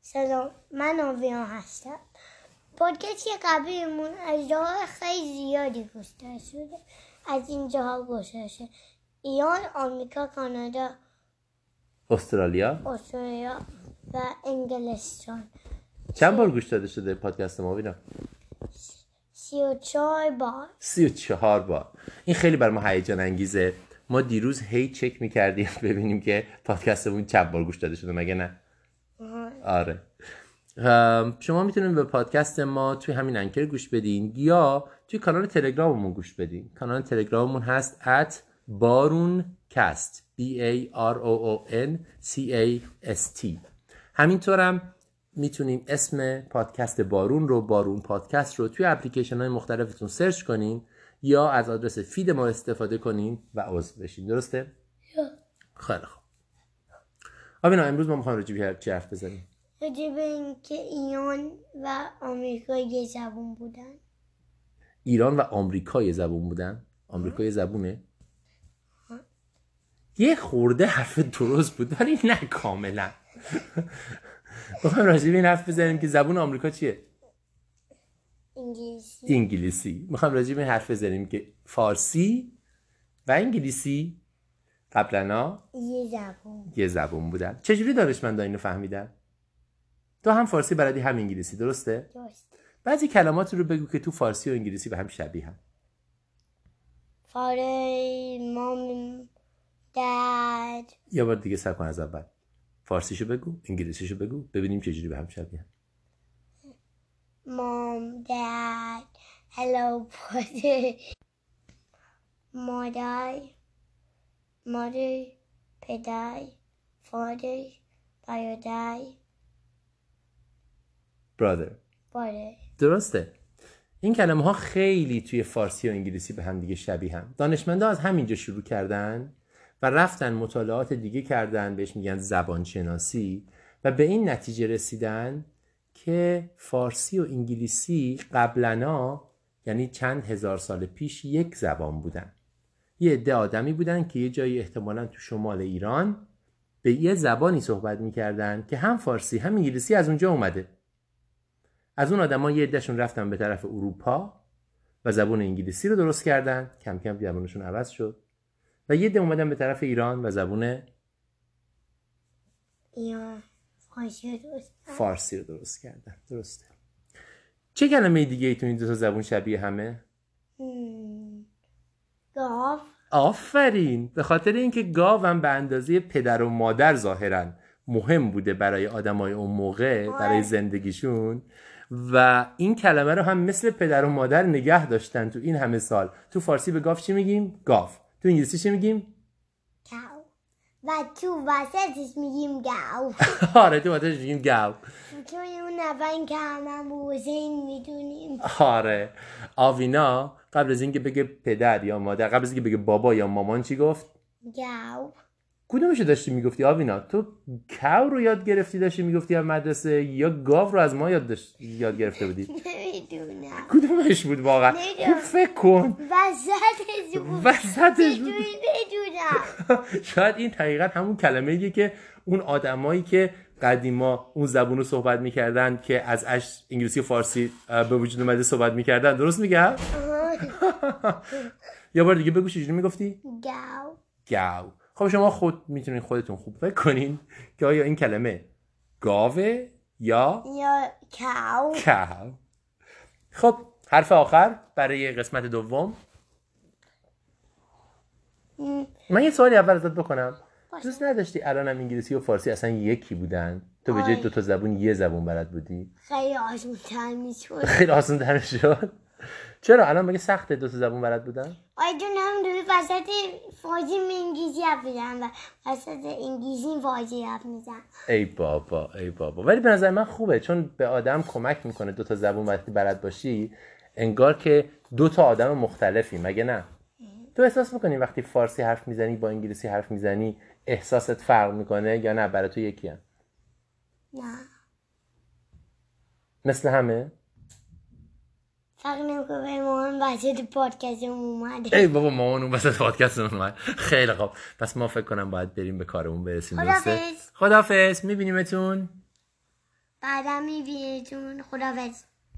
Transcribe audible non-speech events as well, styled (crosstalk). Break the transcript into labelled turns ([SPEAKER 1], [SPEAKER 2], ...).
[SPEAKER 1] سلام من آویان هستم پادکست قبلیمون اجراها خیلی زیادی گوشتر شده از این جاها گذاشته ایران آمریکا کانادا
[SPEAKER 2] استرالیا
[SPEAKER 1] استرالیا و انگلستان
[SPEAKER 2] چند بار گوش داده شده پادکست ما بینا
[SPEAKER 1] سی و چهار بار
[SPEAKER 2] سی و چهار بار این خیلی بر ما هیجان انگیزه ما دیروز هی چک میکردیم (laughs) ببینیم که پادکستمون چند بار گوش داده شده مگه نه آره ام، شما میتونید به پادکست ما توی همین انکر گوش بدین یا توی کانال تلگراممون گوش بدین کانال تلگراممون هست at باروونکست b a r o o n c a s t همینطورم میتونین اسم پادکست بارون رو بارون پادکست رو توی اپلیکیشن های مختلفتون سرچ کنین یا از آدرس فید ما استفاده کنین و عضو بشین درسته؟ خیلی خوب آبینا امروز ما میخوایم راجع به هر چی حرف بزنیم
[SPEAKER 1] راجع به اینکه ایران و آمریکا یه زبون بودن
[SPEAKER 2] ایران و آمریکا یه زبون بودن آمریکا یه زبونه یه خورده حرف درست بود ولی نه کاملا میخوایم راجع به این حرف بزنیم که زبون آمریکا چیه
[SPEAKER 1] انگلیسی
[SPEAKER 2] انگلیسی میخوایم راجع به این حرف بزنیم که فارسی و انگلیسی قبلا
[SPEAKER 1] یه زبون
[SPEAKER 2] یه زبون بودن چجوری دانشمندان اینو فهمیدن تو هم فارسی بلدی هم انگلیسی درسته
[SPEAKER 1] درست
[SPEAKER 2] بعضی کلمات رو بگو که تو فارسی و انگلیسی به هم شبیه هم.
[SPEAKER 1] فاره مام دد
[SPEAKER 2] یه بار دیگه سر کن از اول فارسیشو بگو انگلیسیشو بگو ببینیم چجوری به هم شبیه
[SPEAKER 1] Mom, Dad, hello, (laughs) brother. Mother, mother, pedi, father, biodai,
[SPEAKER 2] برادر
[SPEAKER 1] brother.
[SPEAKER 2] درسته این کلمه ها خیلی توی فارسی و انگلیسی به هم دیگه شبیه هم دانشمندا از همینجا شروع کردن و رفتن مطالعات دیگه کردن بهش میگن زبان شناسی و به این نتیجه رسیدن که فارسی و انگلیسی قبلنا یعنی چند هزار سال پیش یک زبان بودن یه عده آدمی بودن که یه جایی احتمالا تو شمال ایران به یه زبانی صحبت میکردن که هم فارسی هم انگلیسی از اونجا اومده از اون آدما یه عدهشون رفتن به طرف اروپا و زبان انگلیسی رو درست کردن کم کم زبانشون عوض شد و یه عده اومدن به طرف ایران و زبان
[SPEAKER 1] Yeah, Francis was
[SPEAKER 2] فارسی رو درست کردن درسته چه کلمه دیگه ای تو این دو تا زبون شبیه همه
[SPEAKER 1] hmm, golf.
[SPEAKER 2] آفرین به خاطر اینکه گاوم به اندازه پدر و مادر ظاهرا مهم بوده برای آدمای اون موقع
[SPEAKER 1] آره.
[SPEAKER 2] برای زندگیشون و این کلمه رو هم مثل پدر و مادر نگه داشتن تو این همه سال تو فارسی به گاو چی میگیم گاو تو انگلیسی چی میگیم
[SPEAKER 1] cow. و تو وسطش میگیم (laughs) گاو
[SPEAKER 2] آره تو آتش میگیم گاو
[SPEAKER 1] چون اون اول که همه بوزین میدونیم
[SPEAKER 2] آره آوینا قبل از اینکه بگه پدر یا مادر قبل از اینکه بگه بابا یا مامان چی گفت
[SPEAKER 1] (laughs) گاو
[SPEAKER 2] کدومشو داشتی میگفتی آوینا تو کاو رو یاد گرفتی داشتی میگفتی از مدرسه یا گاو رو از ما یاد داشت... یاد گرفته بودی
[SPEAKER 1] نمیدونم
[SPEAKER 2] کدومش بود واقعا
[SPEAKER 1] نمی‌دونم. خب
[SPEAKER 2] خوب فکر کن
[SPEAKER 1] وسطش بود
[SPEAKER 2] وسطش بود.
[SPEAKER 1] چجوری بدونم
[SPEAKER 2] شاید این حقیقت همون کلمه ایه که اون آدمایی که قدیما اون زبون رو صحبت میکردن که از اش انگلیسی و فارسی اه، به وجود اومده صحبت میکردن درست میگم (laughs) یا بار دیگه بگو چجوری میگفتی
[SPEAKER 1] گاو
[SPEAKER 2] گاو خب شما خود میتونین خودتون خوب فکر کنین که آیا این کلمه گاوه یا
[SPEAKER 1] یا کاو
[SPEAKER 2] کاو خب حرف آخر برای قسمت دوم من یه سوالی اول ازت بکنم
[SPEAKER 1] باشه.
[SPEAKER 2] دوست نداشتی الانم انگلیسی و فارسی اصلا یکی بودن تو به جای
[SPEAKER 1] آره.
[SPEAKER 2] دو تا زبون یه زبون بلد بودی
[SPEAKER 1] خیلی آسونتر میشد
[SPEAKER 2] خیلی آسان تر شد چرا الان مگه سخته دو تا زبون بلد بودن
[SPEAKER 1] آی جون هم روی وسط فارسی من انگلیسی حرف میزنم و وسط انگلیسی فارسی حرف میزنم
[SPEAKER 2] ای بابا ای بابا ولی به نظر من خوبه چون به آدم کمک میکنه دو تا زبون وقتی بلد باشی انگار که دو تا آدم مختلفی مگه نه تو احساس میکنی وقتی فارسی حرف میزنی با انگلیسی حرف میزنی احساست فرق میکنه یا نه برای تو یکی هم
[SPEAKER 1] نه
[SPEAKER 2] مثل همه
[SPEAKER 1] فرق نمیکنه ولی مامان وسط پادکستم اومده
[SPEAKER 2] ای بابا مامان اون وسط پادکست اون اومد خیلی خوب پس ما فکر کنم باید بریم به کارمون برسیم درسته
[SPEAKER 1] خداحافظ.
[SPEAKER 2] خدافظ میبینیمتون
[SPEAKER 1] بعدا میبینیتون خداحافظ